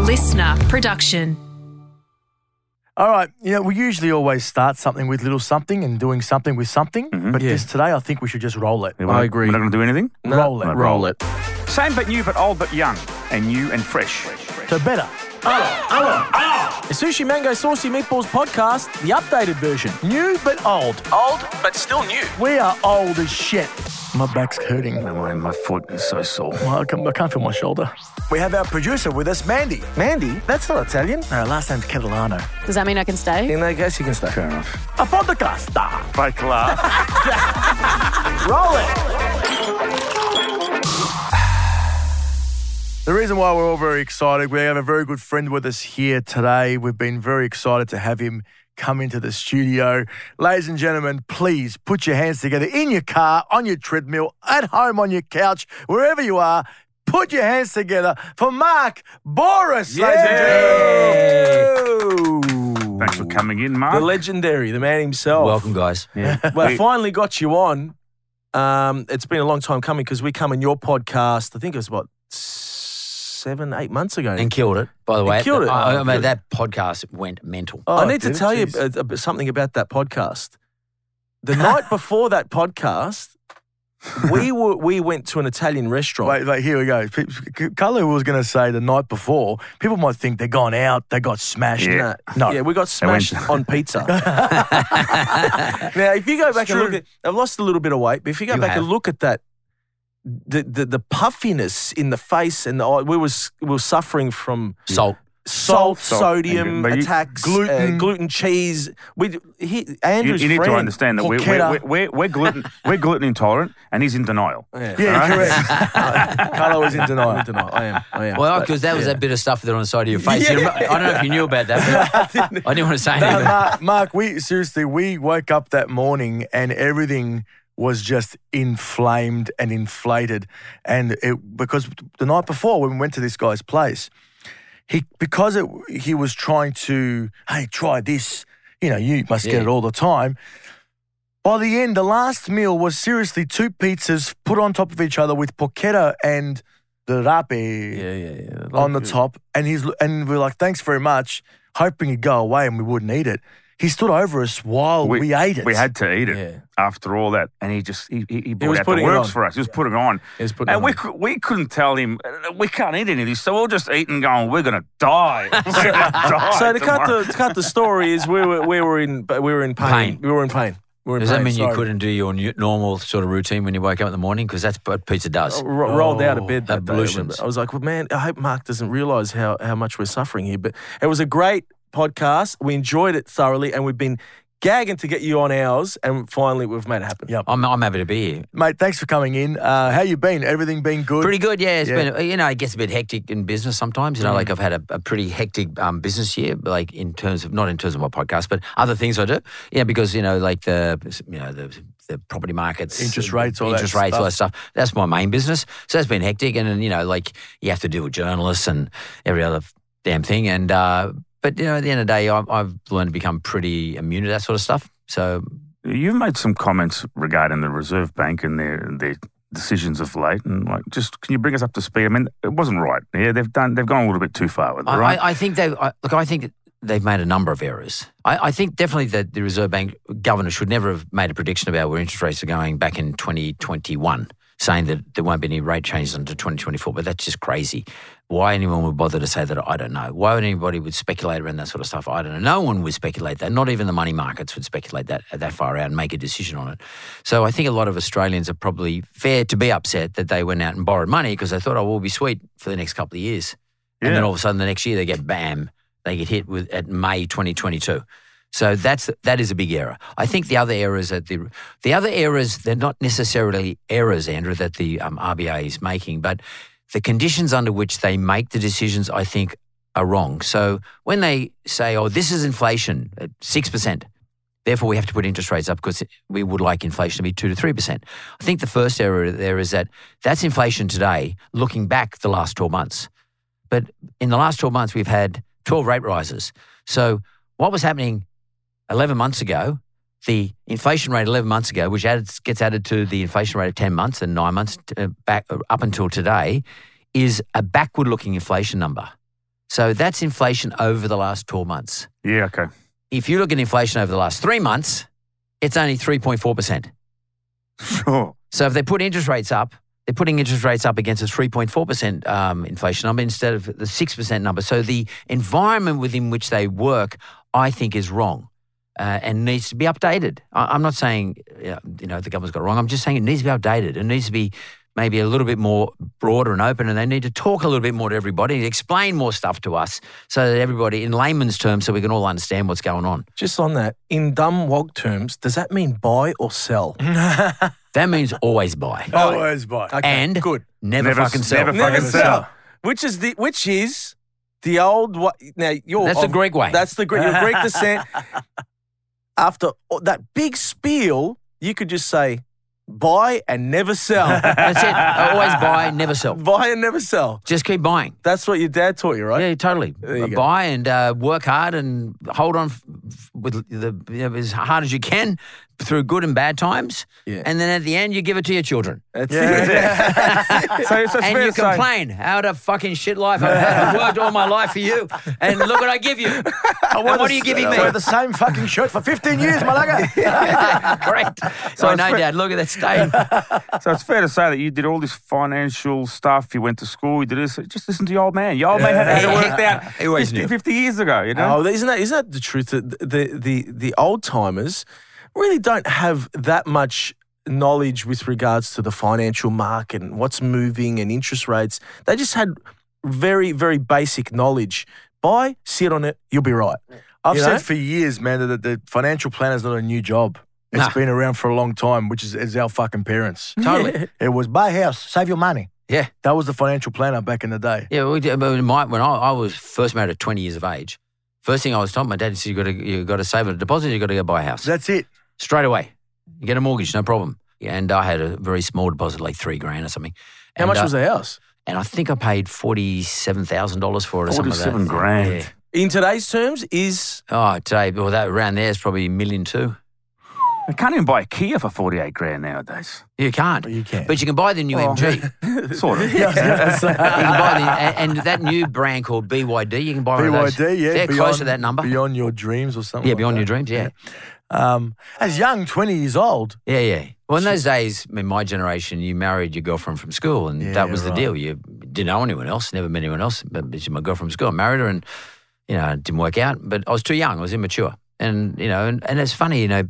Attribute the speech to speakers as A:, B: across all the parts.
A: listener production.
B: All right. You know, we usually always start something with little something and doing something with something. But
C: Yeah.
B: this today, I think we should just roll it.
C: I agree.
D: We're not going to do anything.
B: Roll it.
D: No.
C: Roll it.
D: Same but new, but old but young, and new and fresh.
B: So better.
C: The Sushi Mango Saucy Meatballs podcast, the updated version.
B: New but old.
C: Old, but still new.
B: We are old as shit. My back's hurting.
D: My, Oh, my foot is so sore.
B: Well, I can't, I can't feel my shoulder.
E: We have our producer with us, Mandy. Mandy? That's not Italian.
B: No, last name's Catalano.
F: Does that mean I can stay?
E: And I guess you can start.
D: Fair enough.
B: A podcaster.
D: Bye, Clark.
E: Roll it!
B: The reason why we're all very excited, we have a very good friend with us here today. We've been very excited to have him come into the studio. Ladies and gentlemen, please put your hands together in your car, on your treadmill, at home, on your couch, wherever you are. Put your hands together for Mark Boris, ladies and gentlemen.
D: Thanks for coming in, Mark.
E: The legendary, the man himself.
C: Welcome, guys.
E: Well,
D: We-
E: I finally got you on. Um, it's been a long time coming because we come in your podcast, I think it was about seven, eight months ago.
G: and killed it. By the
E: And
G: way, Uh,
E: killed it.
G: I, I
E: Oh,
G: mean,
E: good.
G: that podcast went mental.
B: Oh,
E: I need to
B: did it?
E: tell you
B: Jeez.
E: uh, ab- something about that podcast. The night before that podcast, we were we went to an Italian restaurant.
B: Wait, wait, here we go. Pe- Carlo was going to say the night before, people might think they're gone out, they got smashed.
D: Yeah.
B: No.
E: Yeah, we got
D: went-
E: smashed on pizza. now, if you go back and look
B: true.
E: at, I've lost a little bit of weight, but if you go
G: You
E: back and
G: have.
E: look at that, the, the the puffiness in the face and the eye, we was we were suffering from
G: Salt.
E: salt,
D: Salt,
E: sodium
D: and- but you-
E: attacks,
B: Gluten.
E: uh, gluten, cheese. We he
D: you,
E: Andrew's
D: you need to
E: friend-
D: understand that we're,
B: Porchetta.
D: we're, we're, we're gluten we're gluten intolerant, and he's in denial.
B: Yeah,
D: All right?
B: correct.
E: Carlo is in denial. I'm in denial. I am. I am.
G: Well,
E: But-
G: because that was
E: yeah.
G: that bit of stuff there on the side of your face. You rem- I don't know if you knew about that, but I didn't, want to say
B: No,
G: anything.
B: Mark, Mark, we seriously, we woke up that morning and everything was just inflamed and inflated. And it because the night before when we went to this guy's place, he because it, he was trying to, hey, try this. You know, you must get
G: Yeah.
B: it all the time. By the end, the last meal was seriously two pizzas put on top of each other with porchetta and the rape
E: Yeah, yeah, yeah.
B: on the top, and he's and we we're like, "Thanks very much," hoping he'd go away and we wouldn't eat it. He stood over us while we, ate it.
D: We had to eat it
E: Yeah.
D: after all that, and he just he, he, he brought
E: was
D: out the
E: putting it
D: works
E: on.
D: for us. He was putting it on,
E: He was putting it
D: and we
E: on.
D: cou- we couldn't tell him "Uh, we can't eat any of this, so we'll just eat and go. on, We're gonna die. We're gonna die
E: So to cut
D: tomorrow."
E: the to cut the story is we were we were in we were in pain.
G: Pain.
E: We were in pain. We were in
G: Does
E: pain.
G: that mean you
E: sorry.
G: couldn't do your new, normal sort of routine when you wake up in the morning? Because that's what pizza does. Oh,
E: Ro-
B: Oh,
E: rolled out of bed that day. I remember.
G: ablutions.
E: I was like, well, man, I hope Mark doesn't realise how, how much we're suffering here. But it was a great podcast. We enjoyed it thoroughly, and we've been gagging to get you on ours, and finally we've made it happen.
B: Yeah.
G: I'm, I'm happy to be here.
B: mate. Thanks for coming in. Uh, how you been? Everything been good?
G: Pretty good, yeah. It's
B: Yeah. Mm.
G: been, you know, it gets a bit hectic in business sometimes. You know, like I've had a, a pretty hectic um, business year, like in terms of not in terms of my podcast, but other things I do. Yeah, because you know, like the you know the the property markets,
B: Interest rates, all that
G: interest rates, all that stuff. That's my main business. So that's been hectic, and, then you know, like you have to deal with journalists and every other damn thing. And uh, but you know, at the end of the day, I've, I've learned to become pretty immune to that sort of stuff. So
D: You've made some comments regarding the Reserve Bank and their their decisions of late, and like, just can you bring us up to speed? I mean, it wasn't right. Yeah, they've done they've gone a little bit too far with it,
G: I,
D: right?
G: I, I think they I, look. I think they've made a number of errors. I, I think definitely that the Reserve Bank governor should never have made a prediction about where interest rates are going back in 2021, saying that there won't be any rate changes until 2024. But that's just crazy. Why anyone would bother to say that? I don't know. Why would anybody would speculate around that sort of stuff? I don't know. No one would speculate that. Not even the money markets would speculate that uh, that far out and make a decision on it. So I think a lot of Australians are probably fair to be upset that they went out and borrowed money because they thought, oh, we'll be sweet for the next couple of years and then
D: Yeah.
G: all of a sudden the next year they get bam, they get hit with at May 2022. So that's that is a big error. I think the other errors that the the other errors they're not necessarily errors, Andrew, that the um, RBA is making, but the conditions under which they make the decisions, I think, are wrong. So when they say, "Oh, this is inflation at six percent," therefore we have to put interest rates up because we would like inflation to be two to three percent. I think the first error there is that that's inflation today, looking back the last twelve months. But in the last 12 months, we've had 12 rate rises. So what was happening 11 months ago, the inflation rate 11 months ago, which adds, gets added to the inflation rate of 10 months and nine months uh, back uh, up until today, is a backward looking inflation number. So that's inflation over the last 12 months.
D: Yeah, okay.
G: If you look at inflation over the last three months, it's only 3.4%.
D: Sure.
G: So if they put interest rates up, they're putting interest rates up against a 3.4% um, inflation number instead of the 6% number. So the environment within which they work, I think, is wrong. Uh, and needs to be updated. I, I'm not saying uh, you know the government's got it wrong. I'm just saying it needs to be updated. It needs to be maybe a little bit more broader and open, and they need to talk a little bit more to everybody and explain more stuff to us so that everybody, in layman's terms, so we can all understand what's going on.
E: Just on that, in dumb wog terms, does that mean buy or sell?
G: That means always buy
B: Always buy.
G: and
E: good.
G: never,
D: Never-
G: fucking sell.
D: never fucking Never sell. sell.
E: Which is the which is the old wa- now you're
G: That's the
E: of-
G: Greek way.
E: Oh, That's the Greek your Greek descent. After all that big spiel, you could just say buy and never sell.
G: That's it. always buy, never sell.
E: buy and never sell.
G: Just keep buying.
E: That's what your dad taught you,
B: Oh.
E: right?
G: Yeah, totally.
E: you go.
G: Buy and uh, work hard and hold on f- f- with the you know, as hard as you can through good and bad times.
E: Yeah.
G: And then at the end, you give it to your children.
E: That's it.
D: So, so it's
G: and
D: fair
G: you
D: to say-
G: complain, how the fucking shit life I've had. I've worked all my life for you, and look what I give you. And what are you giving me?
B: Wear the same fucking shirt for 15 years, my lugger.
G: Correct. So I
D: it's
G: know,
D: fair-
G: Dad. Look at that stain.
D: So it's fair to say that you did all this financial stuff. You went to school. You did this. Just listen to your old man. Your old man had it worked out
G: He always
D: 50,
G: knew.
D: 50 years ago. You know.
E: Oh, isn't that isn't that the truth? That the the the old timers really don't have that much knowledge with regards to the financial market and what's moving and interest rates. They just had very very basic knowledge. Buy, sit on it, you'll be right.
B: I've
E: You
B: said
E: know?
B: for years, man, that the financial planner is not a new job. It's
G: Nah.
B: been around for a long time, which is, is our fucking parents.
G: Totally.
B: It was buy a house, save your money.
G: Yeah.
B: That was the financial planner back in the day.
G: Yeah, we, did- but my, when I, I was first married at 20 years of age, first thing I was told, my dad said, you got to you got to save a deposit, you got to go buy a house.
B: That's it.
G: Straight away. You get a mortgage, no problem. Yeah, and I had a very small deposit, like three grand or something.
E: How
G: And,
E: much
G: uh,
E: was the house?
G: And I think I paid $47,000 for it or something like that.
D: Forty-seven grand.
G: Yeah.
E: In today's terms, is
G: Oh, today, well, that around there is probably a million two.
D: You can't even buy a Kia for forty-eight grand nowadays.
G: You can't.
B: But you can.
G: But you can buy the new MG. You
D: Sort of.
G: can buy the, a- and that new brand called BYD, you can buy one of those.
B: BYD, yeah.
G: They're
B: beyond,
G: close to that number.
B: Beyond your dreams or something.
G: yeah,
B: like
G: beyond
B: that.
G: your dreams, yeah.
B: Um, as young, 20 years old.
G: Yeah, yeah. Well, in those days, in my generation, you married your girlfriend from school, and that was the
B: right.
G: deal. You didn't know anyone else, never met anyone else, but she's my girlfriend from school. I married her, and you know, it didn't work out. But I was too young; I was immature, and you know, and, and it's funny, you know,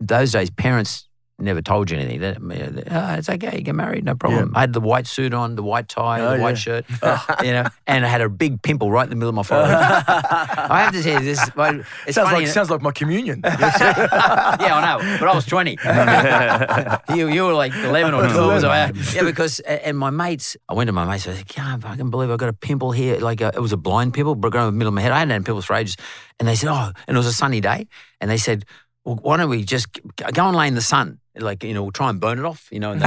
G: those days parents never told you anything. That, oh, it's okay, you get married, no problem. I had the white suit on, the white tie,
B: Oh,
G: the white
B: yeah.
G: shirt, uh, you know, and I had a big pimple right in the middle of my forehead. I have to say this. my- It's
B: sounds
G: funny.
B: like sounds like my communion.
G: yeah, I know, but I was 20. you, you were like 11 or 12. So I, yeah, because, a- and my mates, I went to my mates, I said, can't fucking believe I got a pimple here. Like, a, it was a blind pimple, but growing in the middle of my head. I hadn't had pimples for ages. And they said, oh, and it was a sunny day. And they said, well, why don't we just g- go and lay in the sun? Like, you know, we'll try and burn it off, you know. And they,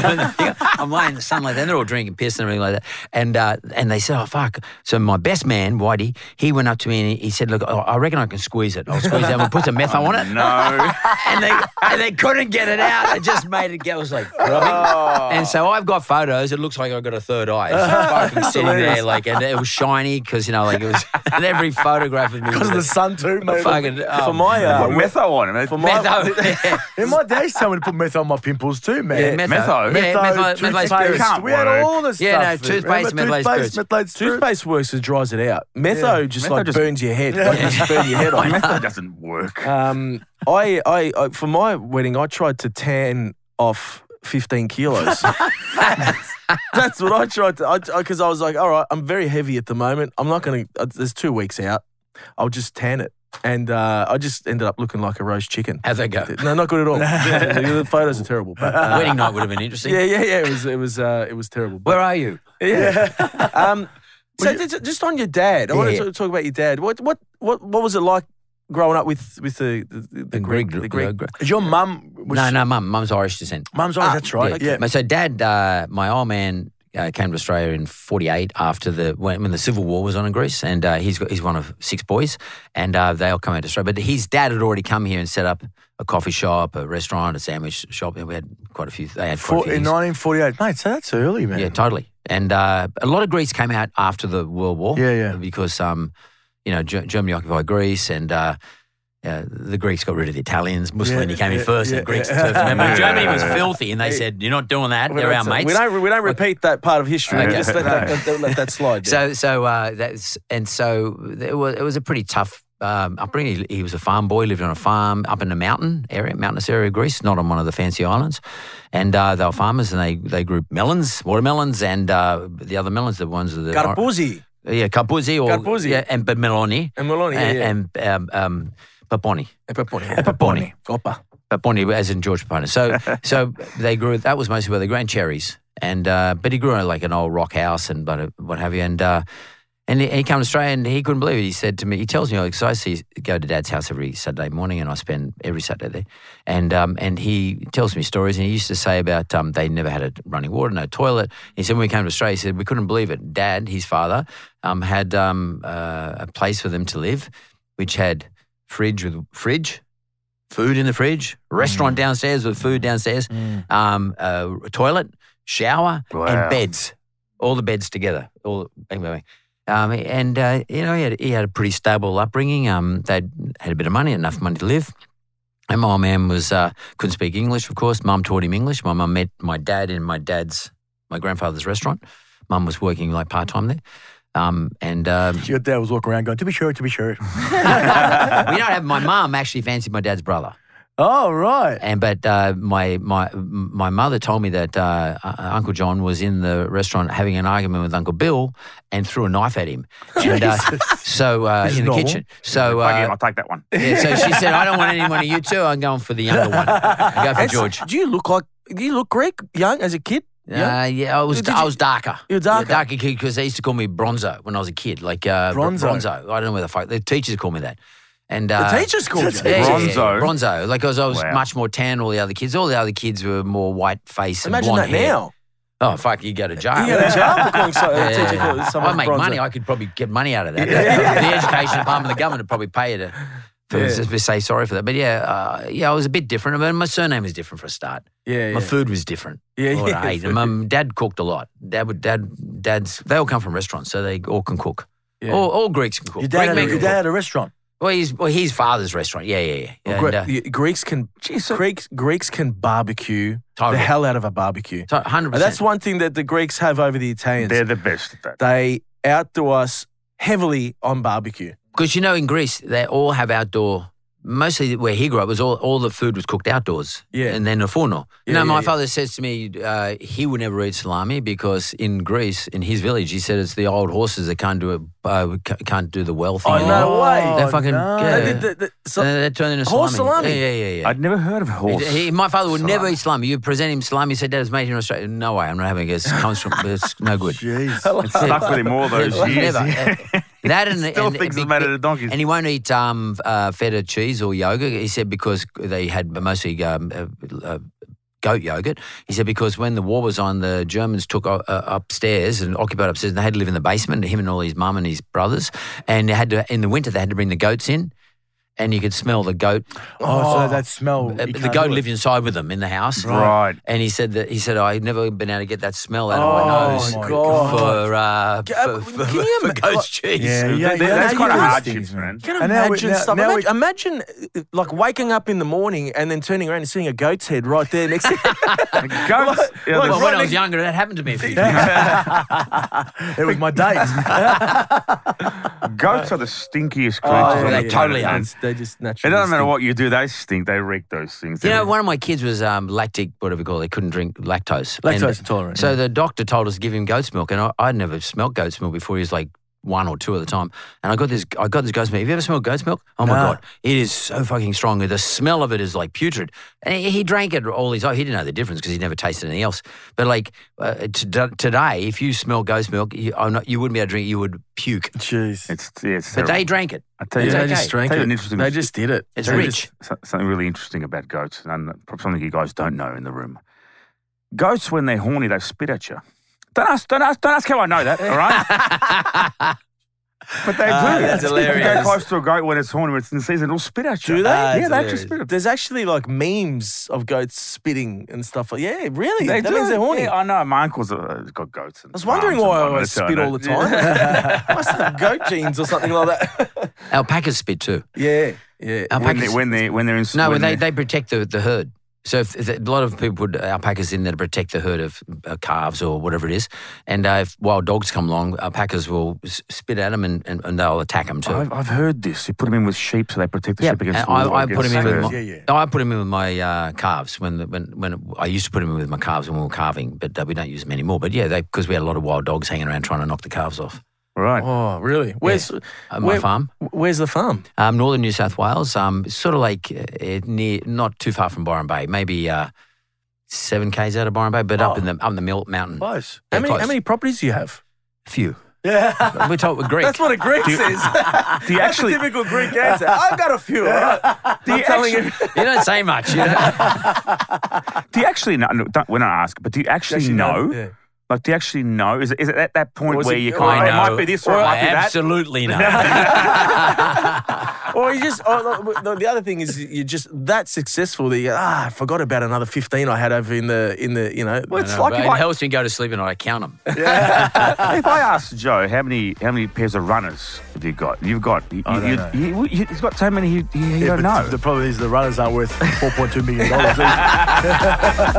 G: burn the thing. I'm laying in the sun like that. And they're all drinking piss and everything like that. And uh, and they said, oh, fuck. So my best man, Whitey, he went up to me and he, he said, look, I, I reckon I can squeeze it. I'll squeeze it and we'll put some metho on
D: Oh,
G: it
D: no.
G: and they and they couldn't get it out. They just made it go. It was like throbbing. And so I've got photos. It looks like I got a third eye. It's fucking sitting there like, and it was shiny because you know, like it was. And every photograph of me
B: Because
G: was
B: of the sun too, mate.
G: fucking um,
E: for my
D: Put
E: uh,
D: metho on it. For
G: metho. yeah,
B: In my days, someone put meth on my pimples too, man.
G: metho.
D: Metho.
G: Yeah, metho.
B: toothpaste.
G: Methylated spirits.
D: Can't
B: We had
D: work.
B: all this
G: Yeah, no,
B: stuff.
G: toothpaste,
B: Remember
G: methylated
B: toothpaste,
G: spirits.
B: methylated spirits.
E: toothpaste works it dries it out. Metho just
D: Metho
E: like
D: just-
E: burns your head. Like, it just burn your head off.
D: metho doesn't work.
E: Um, I, I, I, for my wedding, I tried to tan off 15 kilos. That's what I tried to, because I, 'cause I was like, all right, I'm very heavy at the moment. I'm not going to, there's two weeks out. I'll just tan it. And uh, I just ended up looking like a roast chicken.
G: How'd that go?
E: No, not good at all. the photos are terrible. But, uh,
G: Wedding night would have been interesting.
E: yeah, yeah, yeah. It was, it was, uh, it was terrible. But
G: Where are you?
E: yeah. um, so just- just on your dad, I want
G: Yeah.
E: to talk, talk about your dad. What, what, what, what was it like growing up with with the the, the, the Greek, the Greek?
B: Your mum was.
G: No, Ah, no, mum. Mum's Irish descent.
B: Mum's Irish, that's right. Yeah.
G: So dad, uh, my old man. Uh, came to Australia in '48 after the when, when the civil war was on in Greece, and uh, he's got, he's one of six boys, and uh, they all come out to Australia. But his dad had already come here and set up a coffee shop, a restaurant, a sandwich shop, and we had quite a few. They had quite a
B: For,
G: few
B: in
G: things.
B: 1948. Mate, so that's early, man.
G: Yeah, totally. And uh, a lot of Greece came out after the World War.
B: Yeah, yeah.
G: Because, um, you know, Ge- Germany occupied Greece and uh, uh, the Greeks got rid of the Italians. Mussolini
B: Yeah,
G: came in
B: yeah,
G: first
B: yeah,
G: and the Greeks
B: yeah.
G: took Remember,
D: Yeah.
G: Germany was filthy and they said, you're not doing that. They're our
E: That's it.
G: mates.
E: We don't, we don't repeat that part of history. We
G: Okay.
E: just let that, let, let that slide.
G: So, so uh, that's and so it was. It was a pretty tough um, upbringing. He, he was a farm boy, lived on a farm up in a mountain area, mountainous area of Greece, not on one of the fancy islands. And uh, they were farmers, and they they grew melons, watermelons, and uh, the other melons, the ones that are
E: Carpuzzi
G: Uh, yeah, carpuzi or
E: Carpuzi.
G: yeah, and but meloni
E: and Maloney. Yeah, yeah.
G: and, and um, um, paponi.
E: And Paponi.
G: Paponi.
E: Coppa.
G: But Bonnie, as in George Papone. So, so they grew. That was mostly where they grew and cherries. And uh, but he grew in like an old rock house and but what have you. And uh, and he, he came to Australia and he couldn't believe it. He said to me, he tells me, like, so I see go to Dad's house every Saturday morning and I spend every Saturday there. And um, and he tells me stories and he used to say about um, they never had a running water, no toilet. He said when we came to Australia, he said we couldn't believe it. Dad, his father, um, had um, uh, a place for them to live, which had fridge with fridge food in the fridge, restaurant downstairs with food downstairs, um, uh, toilet, shower,
D: Wow.
G: and beds. All the beds together. All bang, bang, bang. Um, and uh, you know, he had, he had a pretty stable upbringing. Um, they had a bit of money, enough money to live. And my old man was uh, couldn't speak English, of course. Mum taught him English. My mum met my dad in my dad's my grandfather's restaurant. Mum was working like part time there. Um, and um,
B: Your dad was walking around going, to be sure, to be sure.
G: we don't have my mum actually fancied my dad's brother.
B: oh, right.
G: And but uh, my my my mother told me that uh, uh, Uncle John was in the restaurant having an argument with Uncle Bill and threw a knife at him. And, uh, so uh,
B: is
G: in the
B: normal.
G: kitchen. So
D: Buggy,
G: uh,
D: I'll take that one.
G: yeah, so she said, "I don't want any one of you two. I'm going for the younger one. I go for
E: And so-
G: George."
E: Do you look like, do you look Greek young as a kid?
G: Yeah, uh, yeah. I was
E: Did
G: I
E: you-
G: was darker.
E: You were darker.
G: Yeah, darker kid because they used to call me Bronzo when I was a kid. Like uh, Br-
B: Bronzo.
G: Bronzo. I don't know where the fuck the teachers call me that. And
E: The
G: uh,
E: teacher's called you.
G: Yeah, yeah, yeah,
D: Bronzo.
G: Bronzo. Like 'cause I was
D: Wow.
G: much more tan. than All the other kids. All the other kids were more white face. and
E: Imagine
G: blonde
E: that
G: hair.
E: now.
G: Oh fuck! You go to jail.
E: You get a job for calling so-
G: Yeah,
E: a
G: yeah,
E: teacher
G: yeah.
E: called someone
G: I make
E: bronzer.
G: money. I could probably get money out of that. the education department, of the government would probably pay you to, for,
E: Yeah.
G: to say sorry for that. But yeah, uh, yeah, I was a bit different. I mean, my surname was different for a start.
E: Yeah,
G: My
E: yeah.
G: food was different.
E: Yeah,
G: What
E: yeah,
G: I ate.
E: food.
G: And Mum, Dad cooked a lot. Dad would Dad Dad's. They all come from restaurants, so they all can cook.
E: Yeah.
G: All, all Greeks can cook.
B: Your
G: Greek
B: dad, had
G: men
B: a,
G: can
B: your
G: cook.
B: dad had a restaurant.
G: Well, his well, his father's restaurant. Yeah, yeah, yeah. yeah
E: Gre-
G: and, uh,
E: Oh, the Greeks can Greeks Greeks can barbecue
G: Totally.
E: the hell out of a barbecue.
G: so 100%.
E: And that's one thing that the Greeks have over the Italians.
D: They're the best at that.
E: they outdo us heavily on barbecue.
G: Because you know, in Greece, they all have outdoor. Mostly where he grew up was all, all the food was cooked outdoors.
E: Yeah.
G: And then the forno.
E: Yeah,
G: no,
E: yeah,
G: my
E: yeah.
G: father says to me uh, he would never eat salami because in Greece, in his village, he said it's the old horses that can't do it, uh, ca- can't do the well thing.
E: Oh, no way.
G: They fucking
B: no.
G: yeah.
E: They did the- the- so-
G: And they turn into
E: Horse salami?
G: Yeah, yeah, yeah. yeah.
D: I'd never heard of horse.
G: He- he- my father would never
D: salami.
G: eat salami. You present him salami, he said, Dad, it's made here in Australia. No way, I'm not having it. It comes from, it's no good.
E: Oh,
B: Jeez.
D: It's stuck with him all those years.
G: Never. Uh, that and,
D: Still
G: and,
D: thinks
G: and,
D: it's made out of donkeys.
G: and he won't eat um, uh, feta cheese or yogurt. He said because they had mostly um, uh, uh, goat yogurt. He said because when the war was on, the Germans took uh, uh, upstairs and occupied upstairs, and they had to live in the basement. Him and all his mum and his brothers, and they had to in the winter they had to bring the goats in. And you could smell the goat.
B: Oh, so that smell.
G: Uh, the goat lived inside with them in the house.
D: Right.
G: And he said that he said I've never been able to get that smell out
B: Oh,
G: of my
B: my
G: nose
B: God.
G: for uh,
E: Can-
G: for, for,
E: can you
G: for
E: ima-
G: goat's cheese.
B: Yeah, yeah,
D: They-
B: yeah.
D: that's
B: Now
D: quite
B: you
D: a
B: do
D: hardship,
B: these things,
D: man.
E: Can
B: And now we-
E: imagine
B: now-
E: stuff.
B: now we-
E: imagine, imagine, uh, like waking up in the morning and then turning around and seeing a goat's head right there next to you.
D: And goats. yeah,
E: what-
D: they're
G: Well,
E: what-
G: when I was younger, that happened to me a few times.
B: It was my date.
D: Goats are the stinkiest creatures
E: yeah,
D: on the
G: Oh, they
D: planet,
G: totally are.
D: man.
E: It's- They just
D: It
E: naturally.
D: doesn't matter
E: stink.
D: what you do, they stink. They wreck those things.
G: You know, one of my kids was um, lactic, whatever you call it. They couldn't drink lactose. And
B: Lactose intolerant.
G: So the doctor told us to give him goat's milk, and I, I'd never smelled goat's milk before. He was like one or two at the time, and I got this. I got this goat's milk. Have you ever smelled goat's milk? Oh my
B: No.
G: god, it is so fucking strong. The smell of it is like putrid. And he, he drank it all his. life. He didn't know the difference because he never tasted anything else. But like uh, to, today, if you smell goat's milk, you, I'm not, you wouldn't be able to drink. it, You would puke.
B: Jeez.
D: It's, yeah, it's
G: But
D: terrible.
G: they drank it.
D: I tell you,
G: It's
E: They
G: okay.
E: just drank
D: Tell you
E: it.
D: an interesting-
E: They just did it.
G: It's
E: They
G: rich.
E: just-
D: so- something really interesting about goats, and probably something you guys don't know in the room. Goats, when they're horny, they spit at you. Don't ask, don't ask, don't ask how I know that. All right. But they
E: Ah,
D: do.
E: that's
D: If you go
E: hilarious.
D: close to a goat when it's horny, when it's in season, it'll spit at you.
E: Do they?
D: yeah,
E: Ah,
D: they
E: that's
D: actually
E: hilarious.
D: spit at
E: There's actually like memes of goats spitting and stuff. Like, yeah, really?
D: They
E: that
D: do.
E: means they're horny.
D: Yeah, Oh, I know. My uncle's uh, got goats. And
E: I was wondering why I always spit all the time. Must have goat genes or something like that.
G: Alpacas spit too.
E: yeah, yeah.
D: When, they,
G: Alpacas-
D: when, they, when they're in
G: No,
D: when
G: they, they protect the, the herd. So if, if a lot of people put alpacas in there to protect the herd of uh, calves or whatever it is. And uh, if wild dogs come along, alpacas will s- spit at them and, and, and they'll attack them too.
D: I've, I've heard this. You put them in with sheep so they protect the
G: yeah,
D: sheep
G: and
D: against
G: I, I
D: against
G: put them in with
D: the-
G: my,
B: Yeah, yeah.
G: No, I put 'em in with my uh, calves when the- when when I used to put them in with my calves when we were calving, but uh, we don't use them anymore. But yeah, because we had a lot of wild dogs hanging around trying to knock the calves off
D: Right.
E: Oh, really? Where's
G: at my
E: Where-
G: farm,
E: Where's the farm?
G: um, northern New South Wales, um, sort of like uh, near, not too far from Byron Bay, maybe uh, seven k's out of Byron Bay, but
D: Oh.
G: up in the up in the Mill Mountain.
B: Close.
G: Yeah,
E: How many, how
G: close.
E: many properties do you have?
G: Few.
B: Yeah.
G: We're told we're Greek.
E: That's what a Greek says.
D: Do you actually?
E: Typical Greek answer. I've got a few. All right.
D: Do you
E: telling
D: actually?
G: you don't say much. You know?
D: Do you actually know? no, Don't, we're not asking, but do you actually, know?
E: Yeah.
D: Like, do you actually know? Is it, is it at that point
E: Or is
D: where
E: it-
D: you
E: or
D: kind of?
G: I
D: It
G: know.
D: might be this or it
G: I
D: might be that.
G: absolutely no.
E: Or you just, oh, or the- the- the other thing is you're just that successful that you go, ah, I forgot about another 15 I had over in the, in the you know.
D: Well, it's
G: No,
D: like
G: but
D: if
G: it
D: I,
G: helps me go to sleep and I count them.
D: if I asked Joe how many how many pairs of runners have you got? You've got. You,
B: I don't
D: you,
B: know.
D: you, you, he's got so many. You, you, you
B: Yeah,
D: don't
B: but
D: know.
B: The problem is the runners aren't worth $4.2 million. either.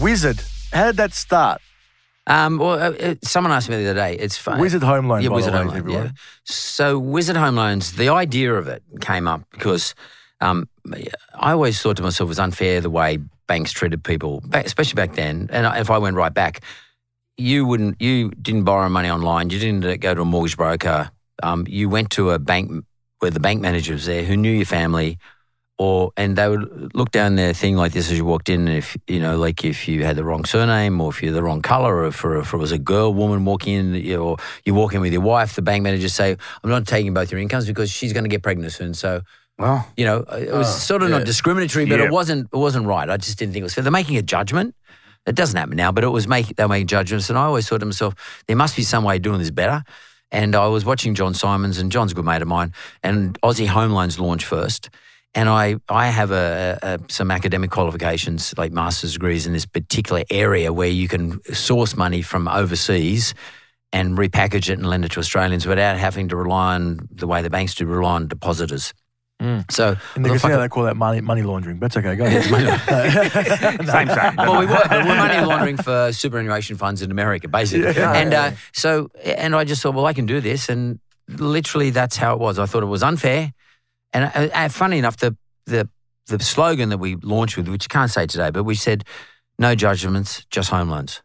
B: Wizard. How did that start?
G: Um, well, uh, uh, someone asked me the other day. It's fun.
B: Wizard Home Loan,
G: Yeah,
B: by
G: Wizard
B: the way,
G: Home Loan.
B: everyone.
G: Yeah. So Wizard Home Loans, the idea of it came up because um, I always thought to myself it was unfair the way banks treated people, ba- especially back then. And I- if I went right back, you wouldn't, you didn't borrow money online. You didn't uh, go to a mortgage broker. Um, you went to a bank where the bank manager was there who knew your family, or and they would look down their thing like this as you walked in. And if you know, like if you had the wrong surname, or if you're the wrong color, or if, or if it was a girl woman walking in, you know, or you walk in with your wife, the bank manager say, "I'm not taking both your incomes because she's going to get pregnant soon." So
D: well, oh,
G: you know, it was sort of not discriminatory, but
D: Yeah.
G: it wasn't it wasn't right. I just didn't think it was fair. They're making a judgment. It doesn't happen now, but it was make they were making judgments, and I always thought to myself, there must be some way of doing this better. And I was watching John Simons, and John's a good mate of mine, and Aussie Home Loans launched first. And I, I have a, a, some academic qualifications, like master's degrees in this particular area where you can source money from overseas and repackage it and lend it to Australians without having to rely on the way the banks do, rely on depositors. So
B: Hmm. In the
G: I thought,
B: casino,
G: fuck it.
B: they call that money, money laundering. But it's okay. Go ahead.
D: same same.
G: well, we were, we were money laundering for superannuation funds in America, basically. and uh, so, and I just thought, well, I can do this, and literally that's how it was. I thought it was unfair, and uh, uh, funny enough, the the the slogan that we launched with, which you can't say today, but we said, "No judgments, just home loans."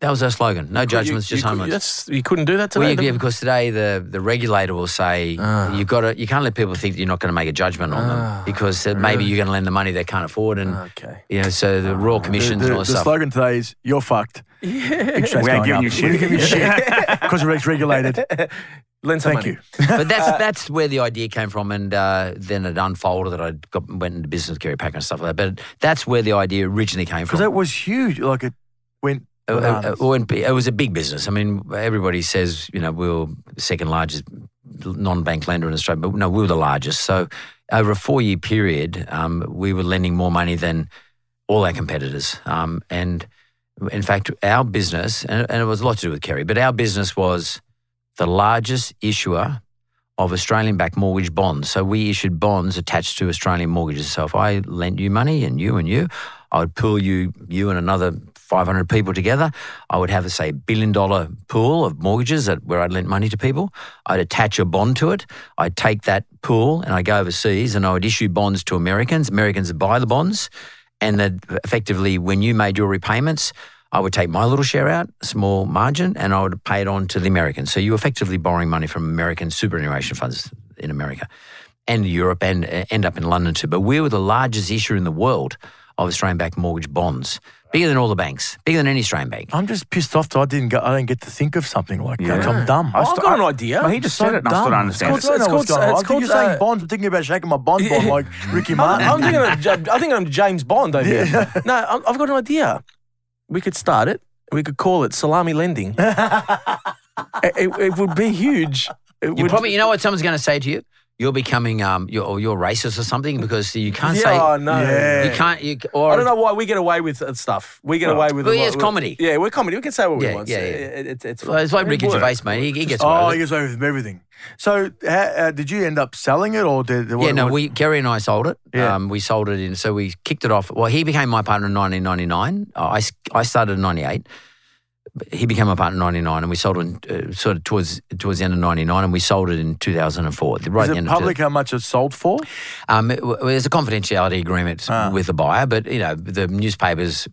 G: That was our slogan. No judgments,
E: You-
G: just
E: you,
G: home loans.
E: that's- you couldn't do that
G: Well,
E: today.
G: yeah, yeah, because today the, the regulator will say
E: Ah.
G: you got to you can't let people think that you're not going to make a judgment on
E: Ah,
G: them because uh, maybe you're going to lend them money they can't afford and
E: okay.
G: you know so the royal commissions
B: Ah. the,
G: and
B: the,
G: all
B: the
G: this stuff.
B: slogan today is "You're fucked."
D: We ain't giving you shit.
B: because we're regulated.
E: Lend some
B: Thank
E: money.
B: you.
G: but that's that's where the idea came from, and uh, then it unfolded that I got, went into business with Gary Packer and stuff like that. But that's where the idea originally came
B: Because
G: from.
B: that was huge. Like it went.
G: Uh, uh,
B: bananas.
G: uh, when pe- it was a big business. I mean, everybody says you know we were second largest non-bank lender in Australia, but no, we were the largest. So over a four-year period, um, we were lending more money than all our competitors. Um, and in fact, our business, and, and it was a lot to do with Kerry, but our business was the largest issuer of Australian-backed mortgage bonds. So we issued bonds attached to Australian mortgages. So if I lent you money and you and you, I would pool you, you and another 500 people together. I would have a say billion dollar pool of mortgages that where I'd lent money to people. I'd attach a bond to it. I'd take that pool and I go overseas and I would issue bonds to Americans. Americans would buy the bonds, and that effectively when you made your repayments. I would take my little share out, a small margin, and I would pay it on to the Americans. So you effectively borrowing money from American superannuation funds in America and Europe and uh, end up in London too. But we were the largest issuer in the world of Australian backed mortgage bonds, bigger than all the banks, bigger than any Australian bank.
E: Oh,
B: I'm just pissed off that I didn't go, I didn't get to think of something like that.
D: Yeah.
B: I'm dumb.
D: I
E: Oh, I've
D: st-
E: got
D: I-
E: an idea.
D: Well, he just said it, and I still don't understand
B: I
D: it.
E: It's called-
B: don't know what's
E: it's
B: going on. I
E: it's
B: think
E: called,
B: you're saying
E: uh,
B: Bond. I'm thinking about shaking my Bond bond like Ricky Martin.
E: I'm thinking of, Ja- I think I'm James Bond over here. No, I'm, I've got an idea. We could start it. We could call it salami lending. it, it- it would be huge. It
G: You
E: would-
G: probably, you know what someone's going to say to you? You're becoming, um, you're, or you're racist or something because you can't
E: yeah,
G: say,
E: oh, no.
B: Yeah.
G: you can't, you, or
E: I don't know why we get away with uh, stuff. We get away with.
G: Well,
E: a
G: yeah,
E: lot-
G: it's comedy.
E: Yeah, we're comedy. We can say what
G: Yeah,
E: we want.
G: yeah,
E: so
G: yeah.
E: it- it- it's it's
G: Well, it's like
E: fine.
G: Ricky
E: It
G: Gervais,
E: worked.
G: mate. He, he gets away
B: Oh,
G: with it.
B: he goes over with everything. So, ha, uh, did you end up selling it, or did
G: Yeah,
B: what-
G: no,
B: what-
G: we Gary and I sold it.
B: Yeah.
G: Um, we sold it in, so we kicked it off. Well, he became my partner in 1999. Uh, I, s- I started in 98. But He became my partner in 99, and we sold it in, uh, sort of towards towards the end of 99, and we sold it in 2004. Right
B: Is
G: at the
B: it
G: end
B: public
G: Of,
B: how much it sold for?
G: um, it- well, there's a confidentiality agreement
B: Ah.
G: with the buyer, but you know the newspapers